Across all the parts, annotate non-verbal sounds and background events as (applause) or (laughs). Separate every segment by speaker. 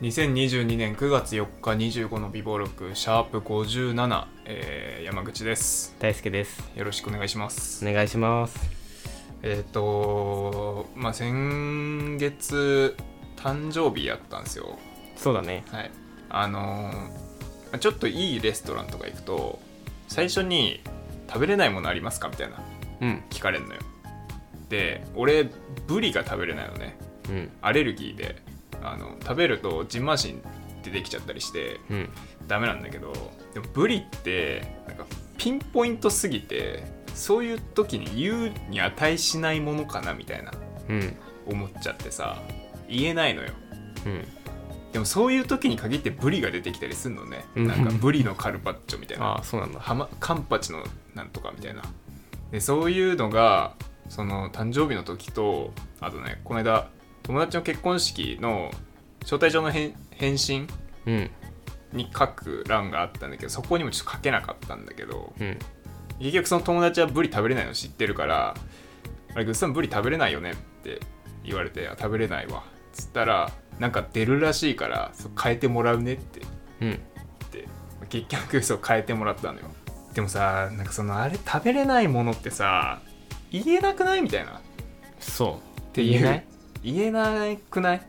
Speaker 1: 2022年9月4日25の美貌録シャープ57、えー山口です
Speaker 2: 大輔です
Speaker 1: よろしくお願いします、
Speaker 2: お願いします
Speaker 1: えっ、とまあ先月誕生日やったんですよ
Speaker 2: そうだね
Speaker 1: はいあのーまあちょっといいレストランとか行くと最初に食べれないものありますかみたいな
Speaker 2: うん
Speaker 1: 聞かれるのよで俺ブリが食べれないのね
Speaker 2: うん
Speaker 1: アレルギーであの食べるとジンマシンってできちゃったりして
Speaker 2: うん
Speaker 1: ダメなんだけどでもブリってなんかピンポイントすぎてそういう時に言うに値しないものかなみたいな
Speaker 2: うん
Speaker 1: 思っちゃってさ言えないのよ
Speaker 2: うん
Speaker 1: でもそういう時に限ってブリが出てきたりするのね
Speaker 2: うん
Speaker 1: なんかブリのカルパッチョみたいな
Speaker 2: ああそうなんだ
Speaker 1: はまカンパチのなんとかみたいなでそういうのがその誕生日の時とあとねこの間友達の結婚式の招待状の返返信
Speaker 2: うん
Speaker 1: に書く欄があったんだけどそこにもちょっと書けなかったんだけど
Speaker 2: うん
Speaker 1: 結局その友達はブリ食べれないの知ってるから「あれグッズさんブリ食べれないよね」って言われて「あ食べれないわ」つったらなんか出るらしいからそう変えてもらうねって
Speaker 2: うん
Speaker 1: って結局そう変えてもらったのよでもさなんかそのあれ食べれないものってさ言えなくないみたいなっ
Speaker 2: そう
Speaker 1: ていう
Speaker 2: 言えない
Speaker 1: 言えなくない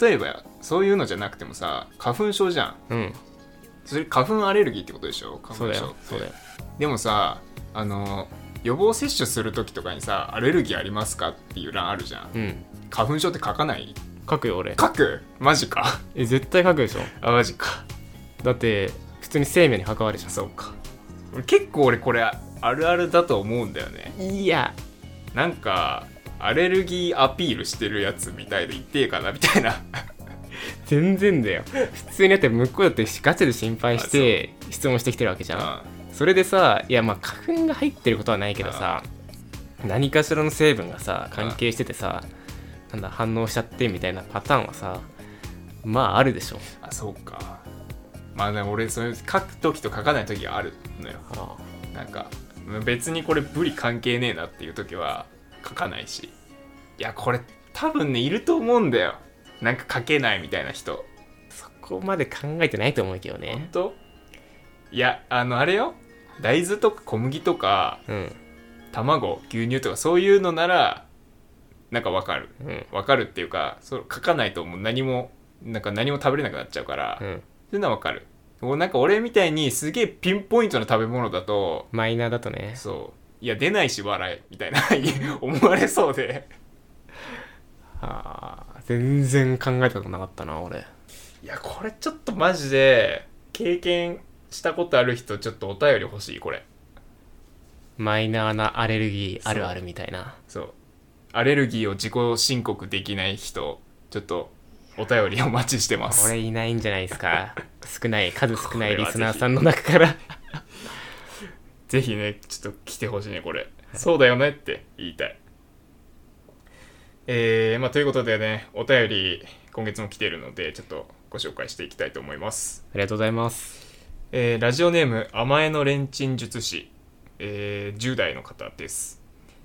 Speaker 1: 例えばそういうのじゃなくてもさ花粉症じゃん
Speaker 2: うん
Speaker 1: それ花粉アレルギーってことでしょ花
Speaker 2: そう
Speaker 1: 粉
Speaker 2: だ
Speaker 1: 症っ
Speaker 2: よ
Speaker 1: て
Speaker 2: そうだよ
Speaker 1: でもさあの予防接種する時とかにさ「アレルギーありますか?」っていう欄あるじゃん
Speaker 2: うん
Speaker 1: 花粉症って書かない
Speaker 2: 書くよ俺
Speaker 1: 書くマジか
Speaker 2: え絶対書くでしょ
Speaker 1: あマジか
Speaker 2: だって普通に生命に関わるじゃん
Speaker 1: そうか俺結構俺これあるあるだと思うんだよね
Speaker 2: いや
Speaker 1: なんかアレルギーアピールしてるやつみたいで言ってえかなみたいな
Speaker 2: 全然だよ普通にだって向こうだってガチで心配して質問してきてるわけじゃんそれでさいやまあ花粉が入ってることはないけどさ何かしらの成分がさ関係しててさなんだ反応しちゃってみたいなパターンはさまああるでしょ
Speaker 1: あそうかまあでも俺それ書く時と書かない時があるのよ
Speaker 2: あ
Speaker 1: なんか別にこれブリ関係ねえなっていう時は書かないしいやこれ多分ねいると思うんだよなんか書けないみたいな人
Speaker 2: そこまで考えてないと思うけど
Speaker 1: 本
Speaker 2: ね
Speaker 1: 当いやあのあれよ大豆とか小麦とか
Speaker 2: うん
Speaker 1: 卵牛乳とかそういうのならなんかわかる
Speaker 2: うん
Speaker 1: わかるっていうかそう書かないともう何もなんか何も食べれなくなっちゃうから、
Speaker 2: う
Speaker 1: そ
Speaker 2: ん
Speaker 1: ういうのはわかるもうなんか俺みたいにすげえピンポイントな食べ物だと
Speaker 2: マイナーだとね
Speaker 1: そういや出ないし笑いみたいな (laughs) 思われそうで
Speaker 2: あー全然考えたことなかったな俺
Speaker 1: いやこれちょっとマジで経験したことある人ちょっとお便り欲しいこれ
Speaker 2: マイナーなアレルギーあるあるみたいな
Speaker 1: そうアレルギーを自己申告できない人ちょっとお便りお待ちしてます
Speaker 2: これいないんじゃないですか (laughs) 少ない数少ないリスナーさんの中 (laughs) から
Speaker 1: ぜひね、ちょっと来てほしいね、これ。そうだよねって言いたい。えー、まあ、ということでね、お便り、今月も来ているので、ちょっとご紹介していきたいと思います。
Speaker 2: ありがとうございます
Speaker 1: えー、ラジオネーム、甘えのレンチン術師、えー、10代の方です。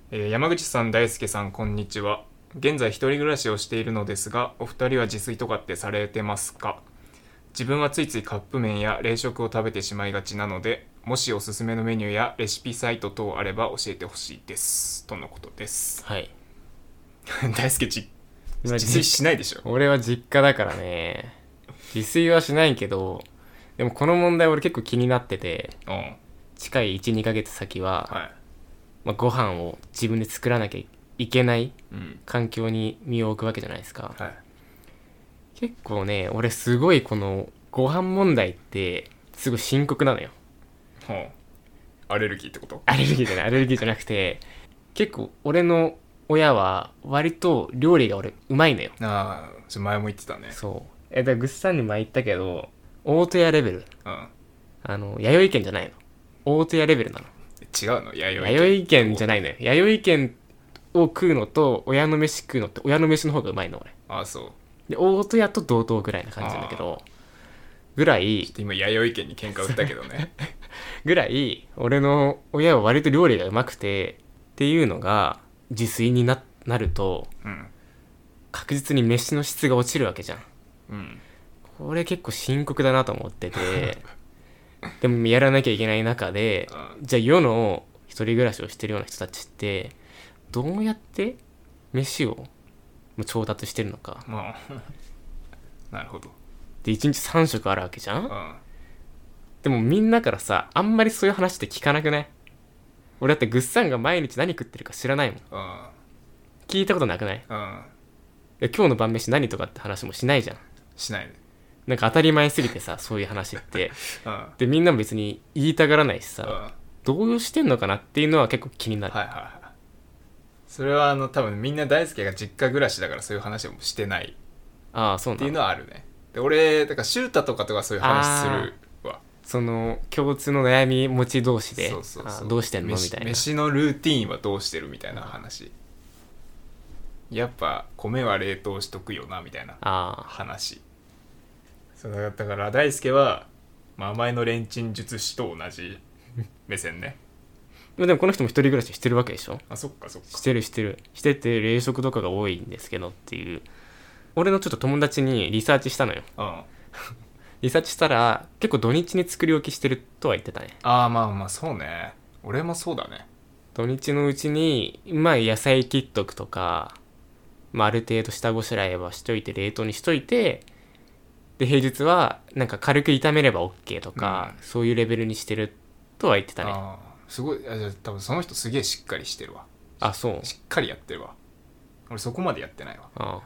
Speaker 1: えー、山口さん、大輔さん、こんにちは。現在、一人暮らしをしているのですが、お二人は自炊とかってされてますか自分はついついカップ麺や冷食を食べてしまいがちなのでもしおすすめのメニューやレシピサイト等あれば教えてほしいですとのことです (laughs)
Speaker 2: はい
Speaker 1: 大輔ち
Speaker 2: 今
Speaker 1: 自炊しないでしょ
Speaker 2: 俺は実家だからね自炊はしないけどでもこの問題俺結構気になってて
Speaker 1: うん
Speaker 2: 近い12ヶ月先は、
Speaker 1: はい
Speaker 2: まあ、ご飯を自分で作らなきゃいけない
Speaker 1: うん
Speaker 2: 環境に身を置くわけじゃないですか
Speaker 1: はい
Speaker 2: 結構ね俺すごいこのご飯問題ってすごい深刻なのよ
Speaker 1: ほうアレルギーってこと
Speaker 2: アレルギーじゃないアレルギーじゃなくて結構俺の親は割と料理が俺うまいのよ
Speaker 1: ああちょ前も言ってたね
Speaker 2: そうえだからぐっさんに前言ったけど大戸屋レベル
Speaker 1: うん
Speaker 2: あの、弥生県じゃないの。大戸屋レベルなの。
Speaker 1: 違うの弥生
Speaker 2: 弥生県じゃ
Speaker 1: ない
Speaker 2: ないのよ。弥生県を食うのと、親の飯食うのって、親の飯の方がうまいの、俺。
Speaker 1: ああそう
Speaker 2: で、大戸屋と同等ぐらいな感じなんだけど、ぐ
Speaker 1: ち
Speaker 2: ら
Speaker 1: ょ
Speaker 2: い
Speaker 1: っ、と今弥生県に喧嘩売ったけど
Speaker 2: (laughs)
Speaker 1: ね
Speaker 2: ぐらい、俺の親は割と料理がうまくて、っていうのが、自炊にななると、
Speaker 1: うん
Speaker 2: 確実に飯の質が落ちるわけじゃん。
Speaker 1: うん
Speaker 2: これ結構深刻だなと思って
Speaker 1: (laughs)
Speaker 2: てでもやらなきゃいけない中で
Speaker 1: あ
Speaker 2: じゃあ世の一人暮らしをしてるような人たちってどうやって飯を調達してるのか
Speaker 1: まあ (laughs) なるほど
Speaker 2: で1日3食あるわけじゃん
Speaker 1: あ
Speaker 2: でもみんなからさあんまりそういう話って聞かなくない俺だってぐっさんが毎日何食ってるか知らないもん
Speaker 1: あ
Speaker 2: 聞いたことなくない
Speaker 1: ああ
Speaker 2: え今日の晩飯何とかって話もしないじゃん
Speaker 1: しないね
Speaker 2: なんか当たり前すぎてさそういう話って
Speaker 1: あ
Speaker 2: でみんなも別に言いたがらないし
Speaker 1: あ
Speaker 2: さ動揺してんのかなっていうのは結構気になる、
Speaker 1: はいはいはいそれはあの多分みんな大輔が実家暮らしだからそういう話もしてない
Speaker 2: ああそう
Speaker 1: って
Speaker 2: ない
Speaker 1: うんのはあるねで俺だからシュータとかとかそういう話するわ
Speaker 2: その共通の悩み持ち同士で
Speaker 1: そうそうそ
Speaker 2: あ
Speaker 1: う
Speaker 2: どうしてんのみ
Speaker 1: 飯
Speaker 2: たいな
Speaker 1: 飯のルーティーンはどうしてるみたいな話やっぱ米は冷凍しとくよなみたいな
Speaker 2: あ
Speaker 1: 話そうだだから大輔は、まあ、甘えのレンチン術師と同じ (laughs) 目線ね
Speaker 2: あでもこの人も一人暮らししてるわけでしょ
Speaker 1: あそっかそっか
Speaker 2: してるしてるしてて冷食とかが多いんですけどっていう俺のちょっと友達にリサーチしたのよ
Speaker 1: うん
Speaker 2: リサーチしたら結構土日に作り置きしてるとは言ってたね
Speaker 1: ああまあまあそうね俺もそうだね
Speaker 2: 土日のうちにまあ野菜切っとくとか、まあ、ある程度下ごしらえはしといて冷凍にしといてで平日はなんか軽く炒めれば OK とか、そういうレベルにしてるとは言ってたね
Speaker 1: あーすごいあじゃあ多分その人すげえしっかりしてるわ
Speaker 2: あそう
Speaker 1: しっかりやってるわ俺そこまでやってないわ
Speaker 2: あ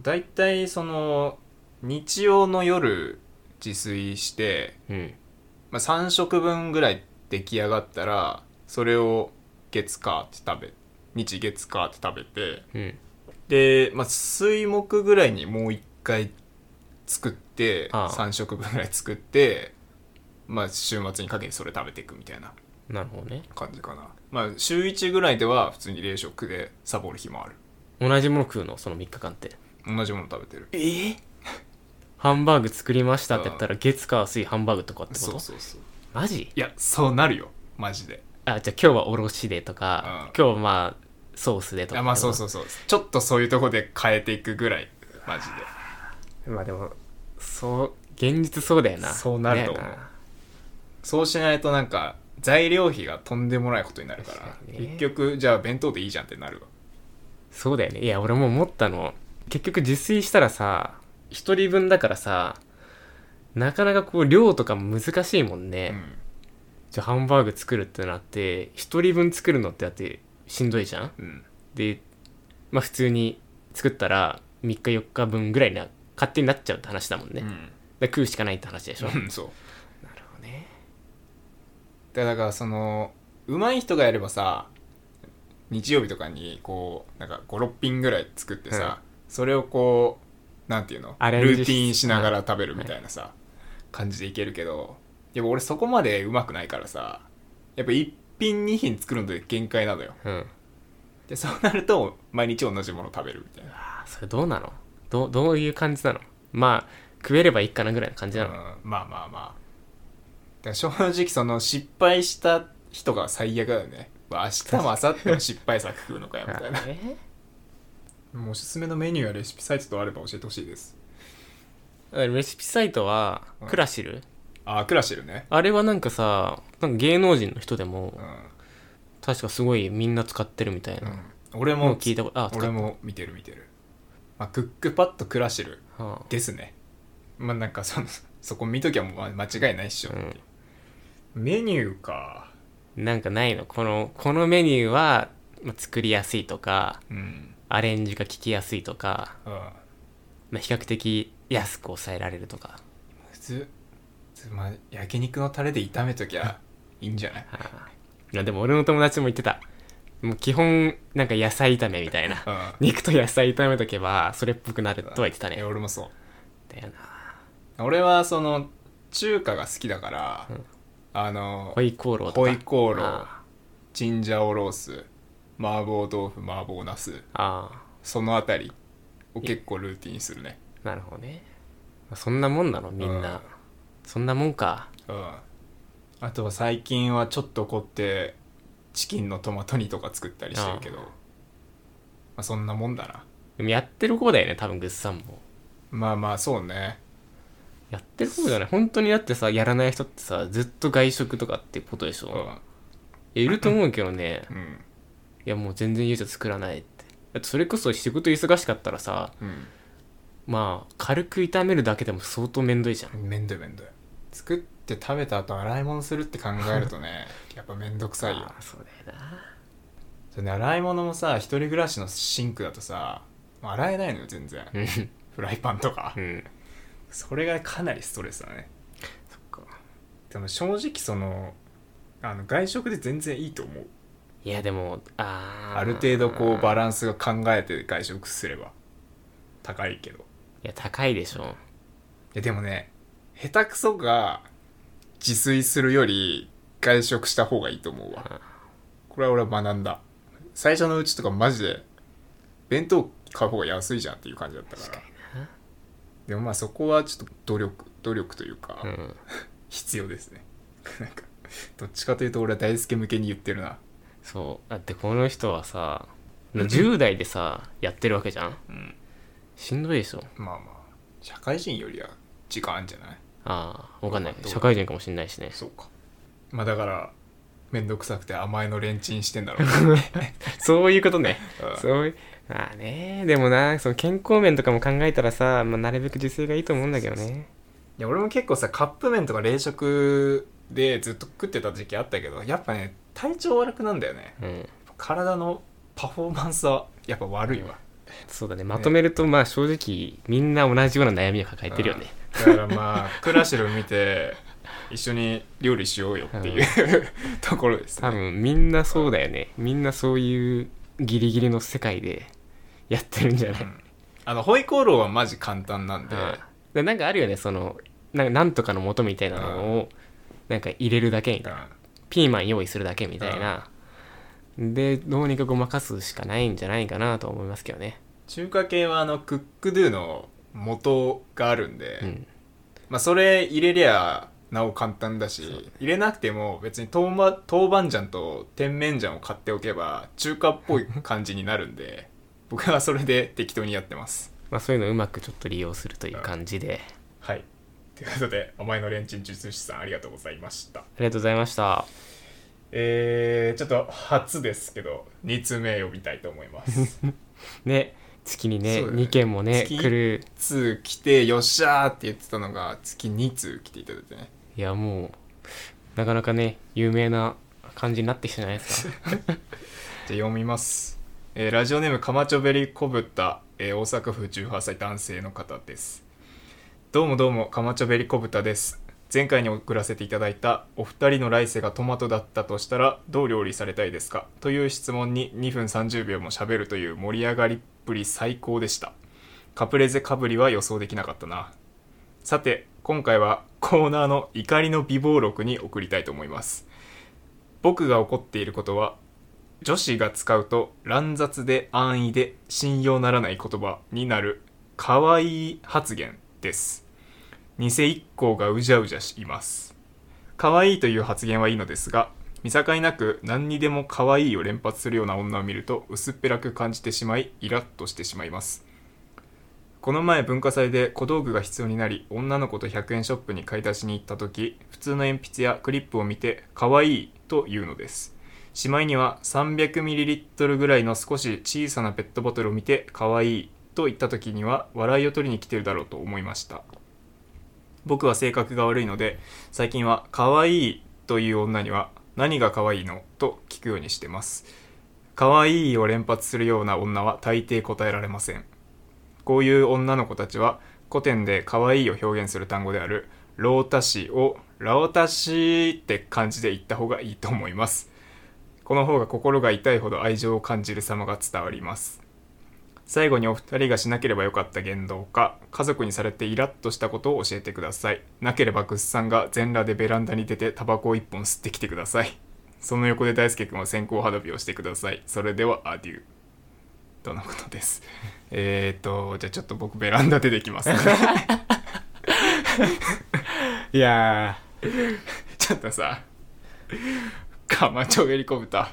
Speaker 1: だいたいその日曜の夜自炊して、
Speaker 2: うん
Speaker 1: まあ、3食分ぐらい出来上がったらそれを月火って食べ日月火って食べて
Speaker 2: うん
Speaker 1: で、まあ、水木ぐらいにもう一回作って
Speaker 2: ああ
Speaker 1: 3食分ぐらい作って、まあ、週末にかけてそれ食べていくみたいな
Speaker 2: なるほどね
Speaker 1: 感じかなまあ週1ぐらいでは普通に冷食でサボる日もある
Speaker 2: 同じもの食うのその3日間って
Speaker 1: 同じもの食べてる
Speaker 2: えハンバーグ作りましたって言ったら月火水ハンバーグとかってこ
Speaker 1: そう
Speaker 2: と
Speaker 1: そうそう
Speaker 2: マジ
Speaker 1: いやそうなるよマジで
Speaker 2: あじゃあ今日はおろしでとか、
Speaker 1: うん
Speaker 2: 今日はまあソースでと
Speaker 1: い
Speaker 2: か
Speaker 1: やまあそうそううそうちょっとそういうとこで変えていくぐらいマジで
Speaker 2: まあでもそう現実そうだよな
Speaker 1: そうなると思う
Speaker 2: だよな
Speaker 1: そうしないとなんか材料費がとんでもないことになるから
Speaker 2: 確かにね
Speaker 1: 結局じゃあ弁当でいいじゃんってなるわ
Speaker 2: そうだよねいや俺も思ったの結局自炊したらさ一人分だからさなかなかこう量とか難しいもんね、じゃあハンバーグ作るってなって一人分作るのってだってしんどいじゃん
Speaker 1: うんうん
Speaker 2: でまあ普通に作ったら3日4日分ぐらいな勝手になっちゃうって話だもんね、
Speaker 1: う
Speaker 2: だか
Speaker 1: ん
Speaker 2: ら食うしかないって話でしょなる
Speaker 1: うんそう
Speaker 2: ほどね
Speaker 1: でだからその上手い人がやればさ日曜日とかにこうなんか56品ぐらい作ってさ、
Speaker 2: うん
Speaker 1: それをこうなんていうの
Speaker 2: アレン
Speaker 1: ル
Speaker 2: ジし
Speaker 1: ーティンしながら食べるみたいなさ、感じでいけるけどでも俺そこまでうまくないからさやっぱ1品2品作るので限界なのよ
Speaker 2: うん
Speaker 1: でそうなると毎日同じもの食べるみたいな、
Speaker 2: あそれどうなのどうどういう感じなのまあ食えればいいかなぐらいの感じな
Speaker 1: う
Speaker 2: の、
Speaker 1: んまあまあまあだから正直その失敗した人が最悪だよね、まあ、明日も明後日も失敗作食うのかよみたいな
Speaker 2: えー
Speaker 1: もうおすすめのメニューやレシピサイトとあれば教えてほしいです
Speaker 2: レシピサイトは
Speaker 1: うん
Speaker 2: クラシル、
Speaker 1: ああクラシルね
Speaker 2: あれはなんかさなんか芸能人の人で
Speaker 1: う
Speaker 2: も
Speaker 1: ん、
Speaker 2: 確かすごいみんな使ってるみたいな、
Speaker 1: 俺
Speaker 2: もう
Speaker 1: も
Speaker 2: 聞いたことあ使っ
Speaker 1: 俺も見てる見てる、まあ、クックパッドクラシル
Speaker 2: はあ
Speaker 1: ですねまあなんかその (laughs) そこ見ときゃもう間違いないっしょっていう、メニューか
Speaker 2: なんかないのこのこのメニューはまあ作りやすいとか
Speaker 1: うん、
Speaker 2: アレンジが効きやすいとか、
Speaker 1: うん、
Speaker 2: まあ、比較的安く抑えられるとか、
Speaker 1: 普通普通まあ焼肉のタレで炒めときゃいいんじゃない
Speaker 2: はあいやでも俺の友達も言ってたもう基本なんか野菜炒めみたいな
Speaker 1: うん
Speaker 2: 肉と野菜炒めとけばそれっぽくなるとは言ってた
Speaker 1: い
Speaker 2: ね
Speaker 1: や俺もそう
Speaker 2: だよな
Speaker 1: 俺はその中華が好きだから、あの
Speaker 2: ホイコーローと
Speaker 1: ホ
Speaker 2: か
Speaker 1: イコーロー
Speaker 2: あ
Speaker 1: チンジャオロース麻婆豆腐麻婆茄子
Speaker 2: ああ
Speaker 1: そのあたりを結構ルーティンにするね
Speaker 2: なるほどねまあそんなもんなのみんな、
Speaker 1: うん
Speaker 2: そんなもんか
Speaker 1: うんあとは最近はちょっと凝ってチキンのトマト煮とか作ったりしてるけどまあ、そんなもんだな
Speaker 2: でもやってる方だよね多分ぐっさんも
Speaker 1: まあまあそうね
Speaker 2: やってる方じゃない本当にだってさやらない人ってさずっと外食とかってことでし
Speaker 1: う
Speaker 2: ょ、
Speaker 1: ん
Speaker 2: いやいると思うけどね
Speaker 1: うん
Speaker 2: いやもう全然家じゃ作らないってだってそれこそ仕事忙しかったらさまあ軽く炒めるだけでも相当めんどいじゃん
Speaker 1: うんめんどいめんどい作って食べた後洗い物するって考えると
Speaker 2: (laughs)
Speaker 1: ねやっぱめんどくさいよ
Speaker 2: あーそうだよな
Speaker 1: それね洗い物もさ一人暮らしのシンクだとさもう洗えないのよ全然
Speaker 2: うん
Speaker 1: フライパンとか
Speaker 2: うん
Speaker 1: それがかなりストレスだね
Speaker 2: そっか
Speaker 1: でも正直そのあの外食で全然いいと思う
Speaker 2: いやでもあー
Speaker 1: ある程度こうバランスが考えて外食すれば高いけどい
Speaker 2: いや高いでしょ
Speaker 1: やでもね下手くそが自炊するより外食した方がいいと思うわこれは俺は学んだ最初のうちとかマジで弁当買う方が安いじゃんっていう感じだったからでもまあそこはちょっと努力努力というか、
Speaker 2: うん
Speaker 1: 必要ですね (laughs) なんかどっちかというと俺は大輔向けに言ってるな
Speaker 2: そうだってこの人はさ10代でさやってるわけじゃん
Speaker 1: うん
Speaker 2: しんどいでしょ
Speaker 1: まあまあ社会人よりは時間あるんじゃない
Speaker 2: ああわかんない
Speaker 1: どう
Speaker 2: 社会人かもしんないしね
Speaker 1: そうかまあだから面倒くさくて甘えのレンチンしてん (laughs) だろうね
Speaker 2: そういうことね
Speaker 1: うん
Speaker 2: (laughs) そういうまあねでもなその健康面とかも考えたらさ、まあ、なるべく自炊がいいと思うんだけどね
Speaker 1: いや俺も結構さカップ麺とか冷食でずっと食ってた時期あったけどやっぱね体調悪くなんだよね
Speaker 2: うん
Speaker 1: 体のパフォーマンスはやっぱ悪いわ、
Speaker 2: そうだねまとめるとまあ正直みんな同じような悩みを抱えてるよね
Speaker 1: うんだからまあ (laughs) クラシル見て一緒に料理しようよっていう、 (laughs) ところです、
Speaker 2: 多分みんなそうだよねみんなそういうギリギリの世界でやってるんじゃない、
Speaker 1: うんあのホイコーローはマジ簡単なんで、
Speaker 2: でなんかあるよねそのなんかなんとかの元みたいなのをなんか入れるだけみたいなピーマン用意するだけみたいなでどうにかごまかすしかないんじゃないかなと思いますけどね
Speaker 1: 中華系はあのクックドゥの元があるんで、
Speaker 2: うん
Speaker 1: まあ、それ入れりゃなお簡単だし、入れなくても別に豆板豆板醤と甜麺醤を買っておけば中華っぽい感じになるん (laughs) で僕はそれで適当にやってます
Speaker 2: まあそういうのをうまくちょっと利用するという感じで
Speaker 1: はいということで甘いのレンチン術師さんありがとうございました
Speaker 2: ありがとうございました
Speaker 1: えー、ちょっと初ですけど2通目呼びたいと思います (laughs)
Speaker 2: ね月にね
Speaker 1: そうだね
Speaker 2: 2件もね
Speaker 1: 月
Speaker 2: 来る
Speaker 1: 通来てよっしゃーって言ってたのが月2通来ていただいてね
Speaker 2: いやもうなかなかね有名な感じになってきたじゃないですか
Speaker 1: じゃあ読みます、えーラジオネームかまちょべりこぶた、えー大阪府18歳男性の方ですどうもどうもかまちょべりこぶたです前回に送らせていただいたお二人の来世がトマトだったとしたらどう料理されたいですかという質問に2分30秒も喋るという盛り上がりっぷり最高でしたカプレゼかぶりは予想できなかったなさて今回はコーナーの怒りの美貌録に送りたいと思います僕が怒っていることは女子が使うと乱雑で安易で信用ならない言葉になる可愛い発言です偽一行がうじゃうじゃしいます可愛いという発言はいいのですが見境なく何にでも可愛いを連発するような女を見ると薄っぺらく感じてしまいイラッとしてしまいますこの前文化祭で小道具が必要になり女の子と100円ショップに買い出しに行った時普通の鉛筆やクリップを見て可愛いと言うのですしまいには 300ml ぐらいの少し小さなペットボトルを見て可愛いと言った時には笑いを取りに来てるだろうと思いました僕は性格が悪いので最近は可愛いという女には何が可愛いのと聞くようにしてます可愛いを連発するような女は大抵答えられませんこういう女の子たちは古典で可愛いを表現する単語である老太子をラオタシって感じで言った方がいいと思いますこの方が心が痛いほど愛情を感じる様が伝わります最後にお二人がしなければよかった言動か家族にされてイラッとしたことを教えてくださいなければグッさんが全裸でベランダに出てタバコを一本吸ってきてくださいその横で大輔君は線香花火をしてくださいそれではアデューとのことですえーとじゃあちょっと僕ベランダ出てきます、
Speaker 2: いや
Speaker 1: ちょっとさ、かまちょべりこぶた。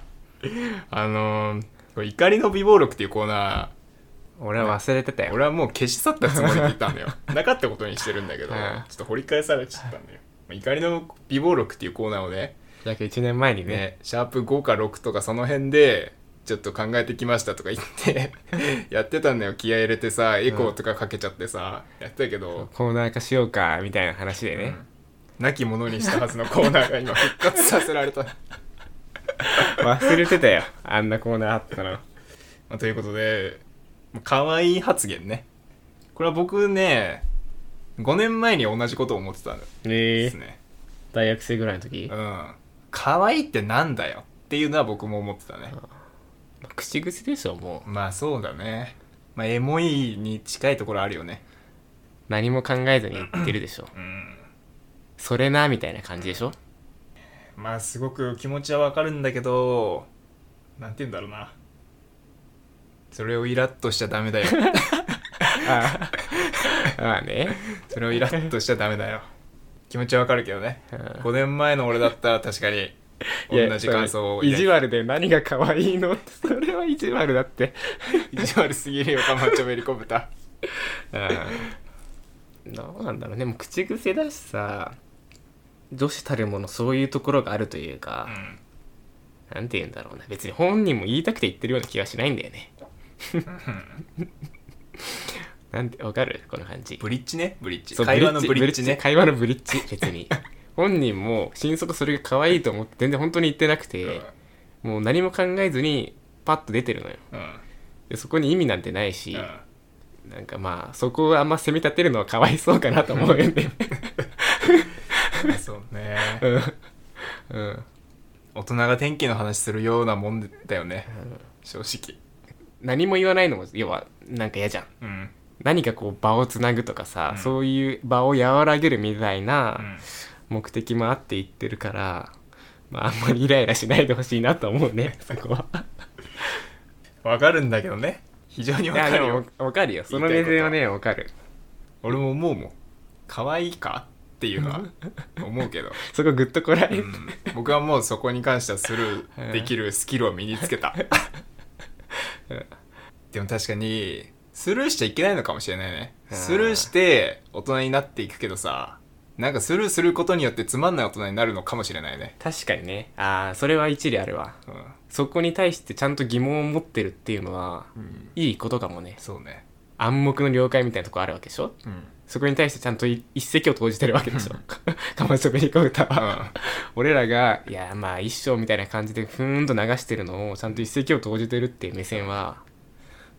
Speaker 1: あのーこれ怒りの美貌録っていうコーナ
Speaker 2: 俺は忘れてた
Speaker 1: (laughs)
Speaker 2: よ
Speaker 1: 俺はもう消し去ったつもりでいたんだ
Speaker 2: (laughs)
Speaker 1: よなかったことにしてるんだけど、
Speaker 2: うん
Speaker 1: ちょっと掘り返されちゃったんだよまあ怒りの美貌録っていうコーナーをね
Speaker 2: 約1年前にね
Speaker 1: ねシャープ5か6とかその辺でちょっと考えてきましたとか言って
Speaker 2: (laughs)
Speaker 1: やってたんだよ気合い入れてさエコーとかかけちゃってさ、やってたけど
Speaker 2: コーナー化しようかみたいな話でね、
Speaker 1: 亡き者にしたはずのコーナーが今復活させら
Speaker 2: (laughs)
Speaker 1: れたま
Speaker 2: 忘れてたよあんなコーナーあったの
Speaker 1: あということで可愛い発言ねこれは僕ね5年前に同じことを思ってたんで
Speaker 2: え
Speaker 1: すね、
Speaker 2: 大学生ぐらいの時
Speaker 1: うん可愛いってなんだよっていうのは僕も思ってたね
Speaker 2: 口癖でしょもう
Speaker 1: まあそうだねまあエモいに近いところあるよね
Speaker 2: 何も考えずに言ってるでしょ
Speaker 1: うん
Speaker 2: それなみたいな感じでしょ
Speaker 1: まあすごく気持ちはわかるんだけどなんて言うんだろうなそれをイラッとしちゃダメだ
Speaker 2: (laughs)
Speaker 1: よ
Speaker 2: ああまあね、
Speaker 1: それをイラッとしちゃダメだよ気持ちはわかるけどね
Speaker 2: うん
Speaker 1: 5年前の俺だったら確かに
Speaker 2: いや
Speaker 1: 同じ感想を
Speaker 2: 意地
Speaker 1: 悪
Speaker 2: 悪で何が可愛いのってそれは意地悪だって
Speaker 1: 意地悪すぎるよかまちょめりこぶた
Speaker 2: どうなんだろうねもう口癖だしさ女子たるものそういうところがあるという
Speaker 1: う
Speaker 2: か、
Speaker 1: ん
Speaker 2: なんて言うんだろうな別に本人も言いたくて言ってるような気がしないんだよねなんてわかるこの感じ
Speaker 1: ブリッジねブリッジ
Speaker 2: そう
Speaker 1: 会話のブリッジね
Speaker 2: 会話のブリッジ別に本人も心底それが可愛いと思って全然本当に言ってなくて、もう何も考えずにパッと出てるのよ
Speaker 1: うんうん
Speaker 2: でそこに意味なんてないし、
Speaker 1: うん
Speaker 2: なんかまあそこをあんま責め立てるのはかわいそうかなと思うよね
Speaker 1: そうね
Speaker 2: うんうん
Speaker 1: 大人が天気の話するようなもんだよね正直
Speaker 2: 何も言わないのも要はなんか嫌じゃん
Speaker 1: うん
Speaker 2: 何かこう場をつなぐとかさ、
Speaker 1: うん
Speaker 2: そういう場を和らげるみたいうなん目的もあって言ってるから、まああんまりイライラしないでほしいなと思
Speaker 1: (laughs)
Speaker 2: うねそこは
Speaker 1: わかるんだけどね非常に
Speaker 2: い
Speaker 1: わ
Speaker 2: や
Speaker 1: か
Speaker 2: で
Speaker 1: る
Speaker 2: も
Speaker 1: よ
Speaker 2: わかるよその目線はねわかる
Speaker 1: 俺も思うもん可愛いかっていうの
Speaker 2: (laughs)
Speaker 1: は思うけど、
Speaker 2: そこグッとこらえ
Speaker 1: う
Speaker 2: る、
Speaker 1: ん、僕はもうそこに関してはスルーできるスキルを身につけた (laughs) でも確かにスルーしちゃいけないのかもしれないね
Speaker 2: うん
Speaker 1: スルーして大人になっていくけどさなんかスルーすることによってつまんない大人になるのかもしれないね、
Speaker 2: 確かにねああそれは一理あるわ
Speaker 1: うん
Speaker 2: そこに対してちゃんと疑問を持ってるっていうのは
Speaker 1: うん、
Speaker 2: いいことかもね
Speaker 1: そうね
Speaker 2: 暗黙の了解みたいなとこあるわけでしょ
Speaker 1: うん
Speaker 2: そこに対してちゃんとい一石を投じてるわけでしょ (laughs) かまちょべりこ歌は俺らがいやまあ一生みたいな感じでふーんと流してるのをちゃんと一石を投じてるっていう目線は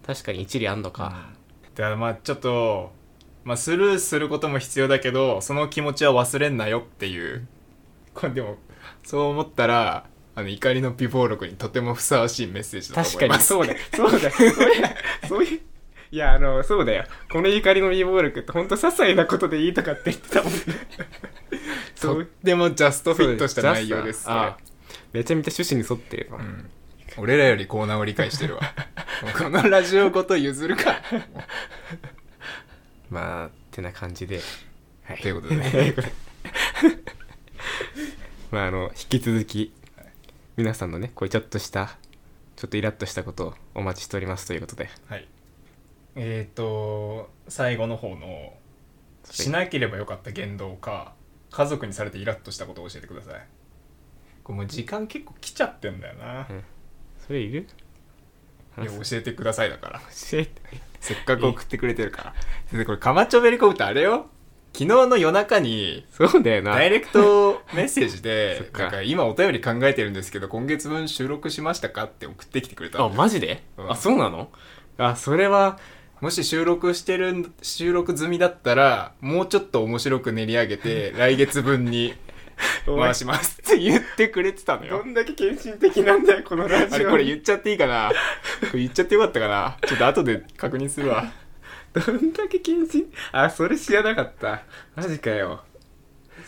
Speaker 2: 確かに一理あんのか、
Speaker 1: だからまあちょっと、まあ、スルーすることも必要だけどその気持ちは忘れんなよっていうこれでもそう思ったらあの怒りの美貌録にとてもふさわしいメッセージだと思
Speaker 2: 確か
Speaker 1: いま
Speaker 2: に
Speaker 1: す
Speaker 2: そうだよ (laughs) そうだよそういうそういういやあのそうだよこの怒りの美貌力ってほんと些細なことでいいとかって言ってたもん
Speaker 1: (laughs)
Speaker 2: ね
Speaker 1: とってもジャストフィットした
Speaker 2: そう
Speaker 1: 内容です
Speaker 2: ジャスああめちゃめちゃ趣旨に沿ってるわ
Speaker 1: うん俺らよりコーナーを理解してるわもうこのラジオごと譲るか
Speaker 2: まあってな感じで、はい
Speaker 1: という
Speaker 2: (laughs)
Speaker 1: ことで
Speaker 2: まああの引き続き皆さんのねこういうちょっとしたちょっとイラッとしたことをお待ちしておりますということで
Speaker 1: はいえっ、と最後の方のしなければよかった言動か家族にされてイラッとしたことを教えてくださいこれもう時間結構来ちゃってんだよな、
Speaker 2: それいる
Speaker 1: いや教えてくださいだから
Speaker 2: 教えて
Speaker 1: せっかく送ってくれてるから先生これカマチョベリコブってあれよ昨日の夜中に
Speaker 2: (laughs) そうだよな
Speaker 1: ダイレクトメッセージ (laughs)
Speaker 2: そ
Speaker 1: で
Speaker 2: っ、か
Speaker 1: なんか今お便り考えてるんですけど、今月分収録しましたかって送ってきてくれた
Speaker 2: あ
Speaker 1: の。
Speaker 2: マジで、
Speaker 1: うん
Speaker 2: あそうなのあそれは
Speaker 1: もし収録してるん、収録済みだったら、もうちょっと面白く練り上げて、来月分に回しますって言ってくれてたのよ。
Speaker 2: んだけ献身的なんだよこのラ
Speaker 1: あれこれ言っちゃっていいかなこれ言っちゃってよかったかなちょっと後で確認するわ。
Speaker 2: どんだけ献身あそれ知らなかったマジかよ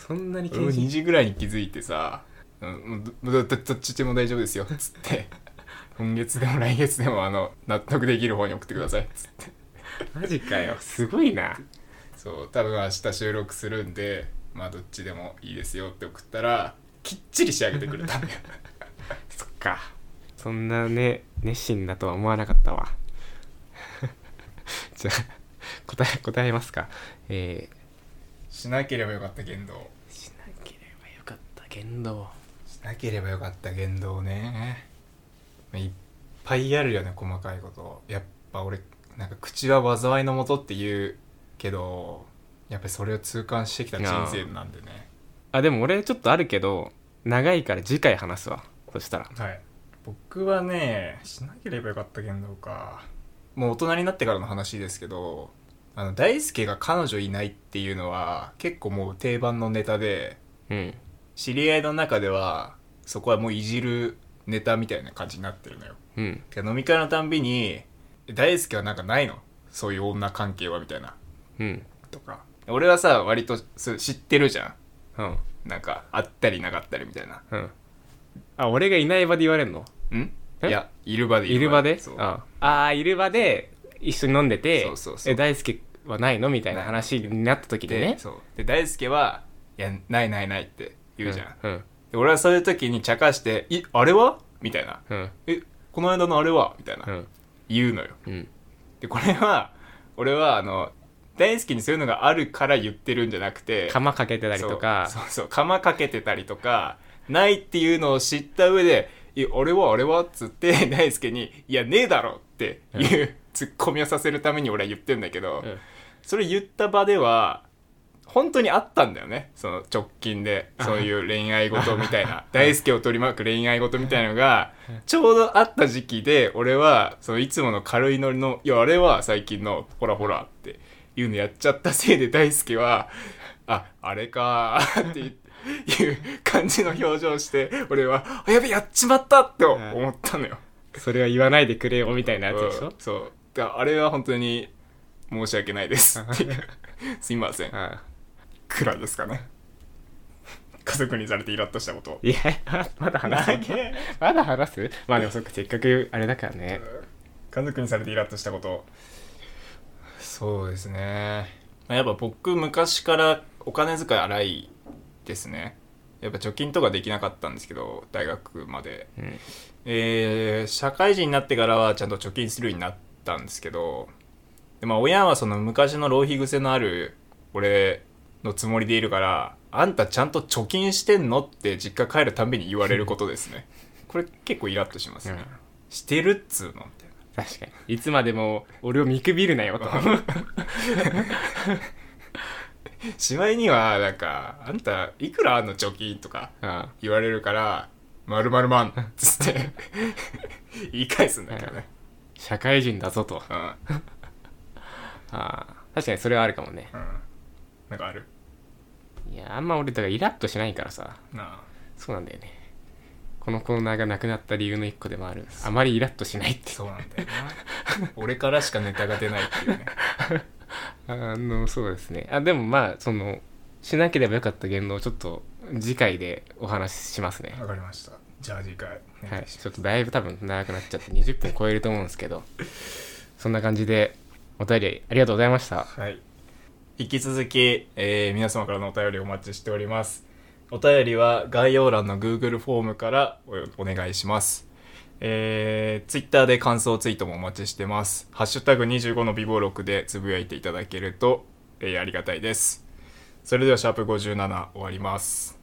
Speaker 2: そんなに
Speaker 1: 俺
Speaker 2: 献
Speaker 1: も2
Speaker 2: 身
Speaker 1: 時ぐらいに気づいてさ「うんどどどどっちでも大丈夫ですよ」っつって「今月でも来月でもあの納得できる方に送ってください」っつって
Speaker 2: マジかよすごいな
Speaker 1: そう多分明日収録するんでまあどっちでもいいですよって送ったらきっちり仕上げてくれたんだよ
Speaker 2: そっかそんなね熱心だとは思わなかったわ (laughs) じゃあ答え答えますかえー、
Speaker 1: しなければよかった言動
Speaker 2: しなければよかった言動
Speaker 1: しなければよかった言動ねいっぱいあるよね細かいことやっぱ俺なんか口は災いのもとって言うけどやっぱりそれを痛感してきた人生なんでね
Speaker 2: あでも俺ちょっとあるけど長いから次回話すわそしたら
Speaker 1: はい僕はねしなければよかった言動かもう大人になってからの話ですけどあの大輔が彼女いないっていうのは結構もう定番のネタで
Speaker 2: うん
Speaker 1: 知り合いの中ではそこはもういじるネタみたいな感じになってるのよ
Speaker 2: うん
Speaker 1: てか飲み会のたんびに「大輔はなんかないのそういう女関係は」みたいな
Speaker 2: うん
Speaker 1: とか俺はさ割とそう知ってるじゃ
Speaker 2: うん
Speaker 1: んなんかあったりなかったりみたいな
Speaker 2: うんあ俺がいない場で言われるの
Speaker 1: んい
Speaker 2: え
Speaker 1: やいる場で
Speaker 2: いる場で
Speaker 1: そう
Speaker 2: ああーいる場で一緒に飲んでて
Speaker 1: そうそうそう
Speaker 2: え大輔はないのみたいな話になった時で
Speaker 1: で
Speaker 2: ね
Speaker 1: そうで大輔は「いやないないない」って言うじゃん、
Speaker 2: うんうん
Speaker 1: で俺はそういう時に茶化して「いあれは?」みたいな
Speaker 2: うん
Speaker 1: 「えこの間のあれは?」みたいな、
Speaker 2: うん
Speaker 1: 言うのよ
Speaker 2: うん
Speaker 1: でこれは俺はあの大好きにそういうのがあるから言ってるんじゃなくて
Speaker 2: 釜かけてたりとか
Speaker 1: そうそうそう釜かけてたりとかないっていうのを知った上で「いや俺は俺は」っつって大輔に「いやねえだろ」っていう、ツッコミをさせるために俺は言ってんだけど、
Speaker 2: うん
Speaker 1: それ言った場では本当にあったんだよねその直近でそういう恋愛事みたいな大輔を取り巻く恋愛事みたいのがちょうどあった時期で俺はそのいつもの軽いノリの「いやあれは最近のほらほら」っていうのやっちゃったせいで大輔は「ああれか」っていういう感じの表情をして俺は「あやべやっちまった!」って思ったのよ。
Speaker 2: それは言わないでくれよみたいなやつでし
Speaker 1: う
Speaker 2: ょ
Speaker 1: んそうだからあれは本当に申し訳ないですっていうすいません
Speaker 2: あ
Speaker 1: くらいですかね家族にされてイラッとしたこと
Speaker 2: いや (laughs) まだ話す
Speaker 1: 長え
Speaker 2: まだ話すまあでもそっかせっかくあれだからね
Speaker 1: 家族にされてイラッとしたことそうですねまあやっぱ僕昔からお金遣い荒いですねやっぱ貯金とかできなかったんですけど大学まで
Speaker 2: うん
Speaker 1: えー社会人になってからはちゃんと貯金するようになったんですけどで、まあ、親はその昔の浪費癖のある俺のつもりでいるからあんたちゃんと貯金してんのって実家帰るたんびに言われることです
Speaker 2: (laughs)
Speaker 1: ねこれ結構イラッとしますね、
Speaker 2: うん
Speaker 1: してるっつうのみたいな
Speaker 2: 確かにいつまでも俺を見くびるな
Speaker 1: (laughs)
Speaker 2: よと
Speaker 1: しまいにはなんか「あんたいくらあんの貯金?」とか
Speaker 2: あ
Speaker 1: 言われるから「まるまるまん」っつって
Speaker 2: (laughs)
Speaker 1: 言い返すんだけどね、
Speaker 2: 社会人だぞと
Speaker 1: うん
Speaker 2: あー確かにそれはあるかもね
Speaker 1: うんなんかある
Speaker 2: いやあんま俺だからイラッとしないからさ
Speaker 1: なあ
Speaker 2: そうなんだよねこのコーナーがなくなった理由の一個でもあるあまりイラッとしないって
Speaker 1: そうなんだよな俺からしかネタが出ないっていうね
Speaker 2: あのそうですねあでもまあそのしなければよかった言動をちょっと次回でお話ししますね
Speaker 1: わかりましたじゃあ次回お
Speaker 2: は
Speaker 1: 願
Speaker 2: い
Speaker 1: いし
Speaker 2: ちょっとだいぶ多分長くなっちゃって20分超えると思うんですけどそんな感じでお便りありがとうございました
Speaker 1: ますはい引き続き、えー皆様からのお便りお待ちしておりますお便りは概要欄の Google フォームからおお願いしますえー、Twitter で感想ツイートもお待ちしてます「ハッシュタグ #25 の美貌録」でつぶやいていただけると、えーありがたいですそれではシャープ57終わります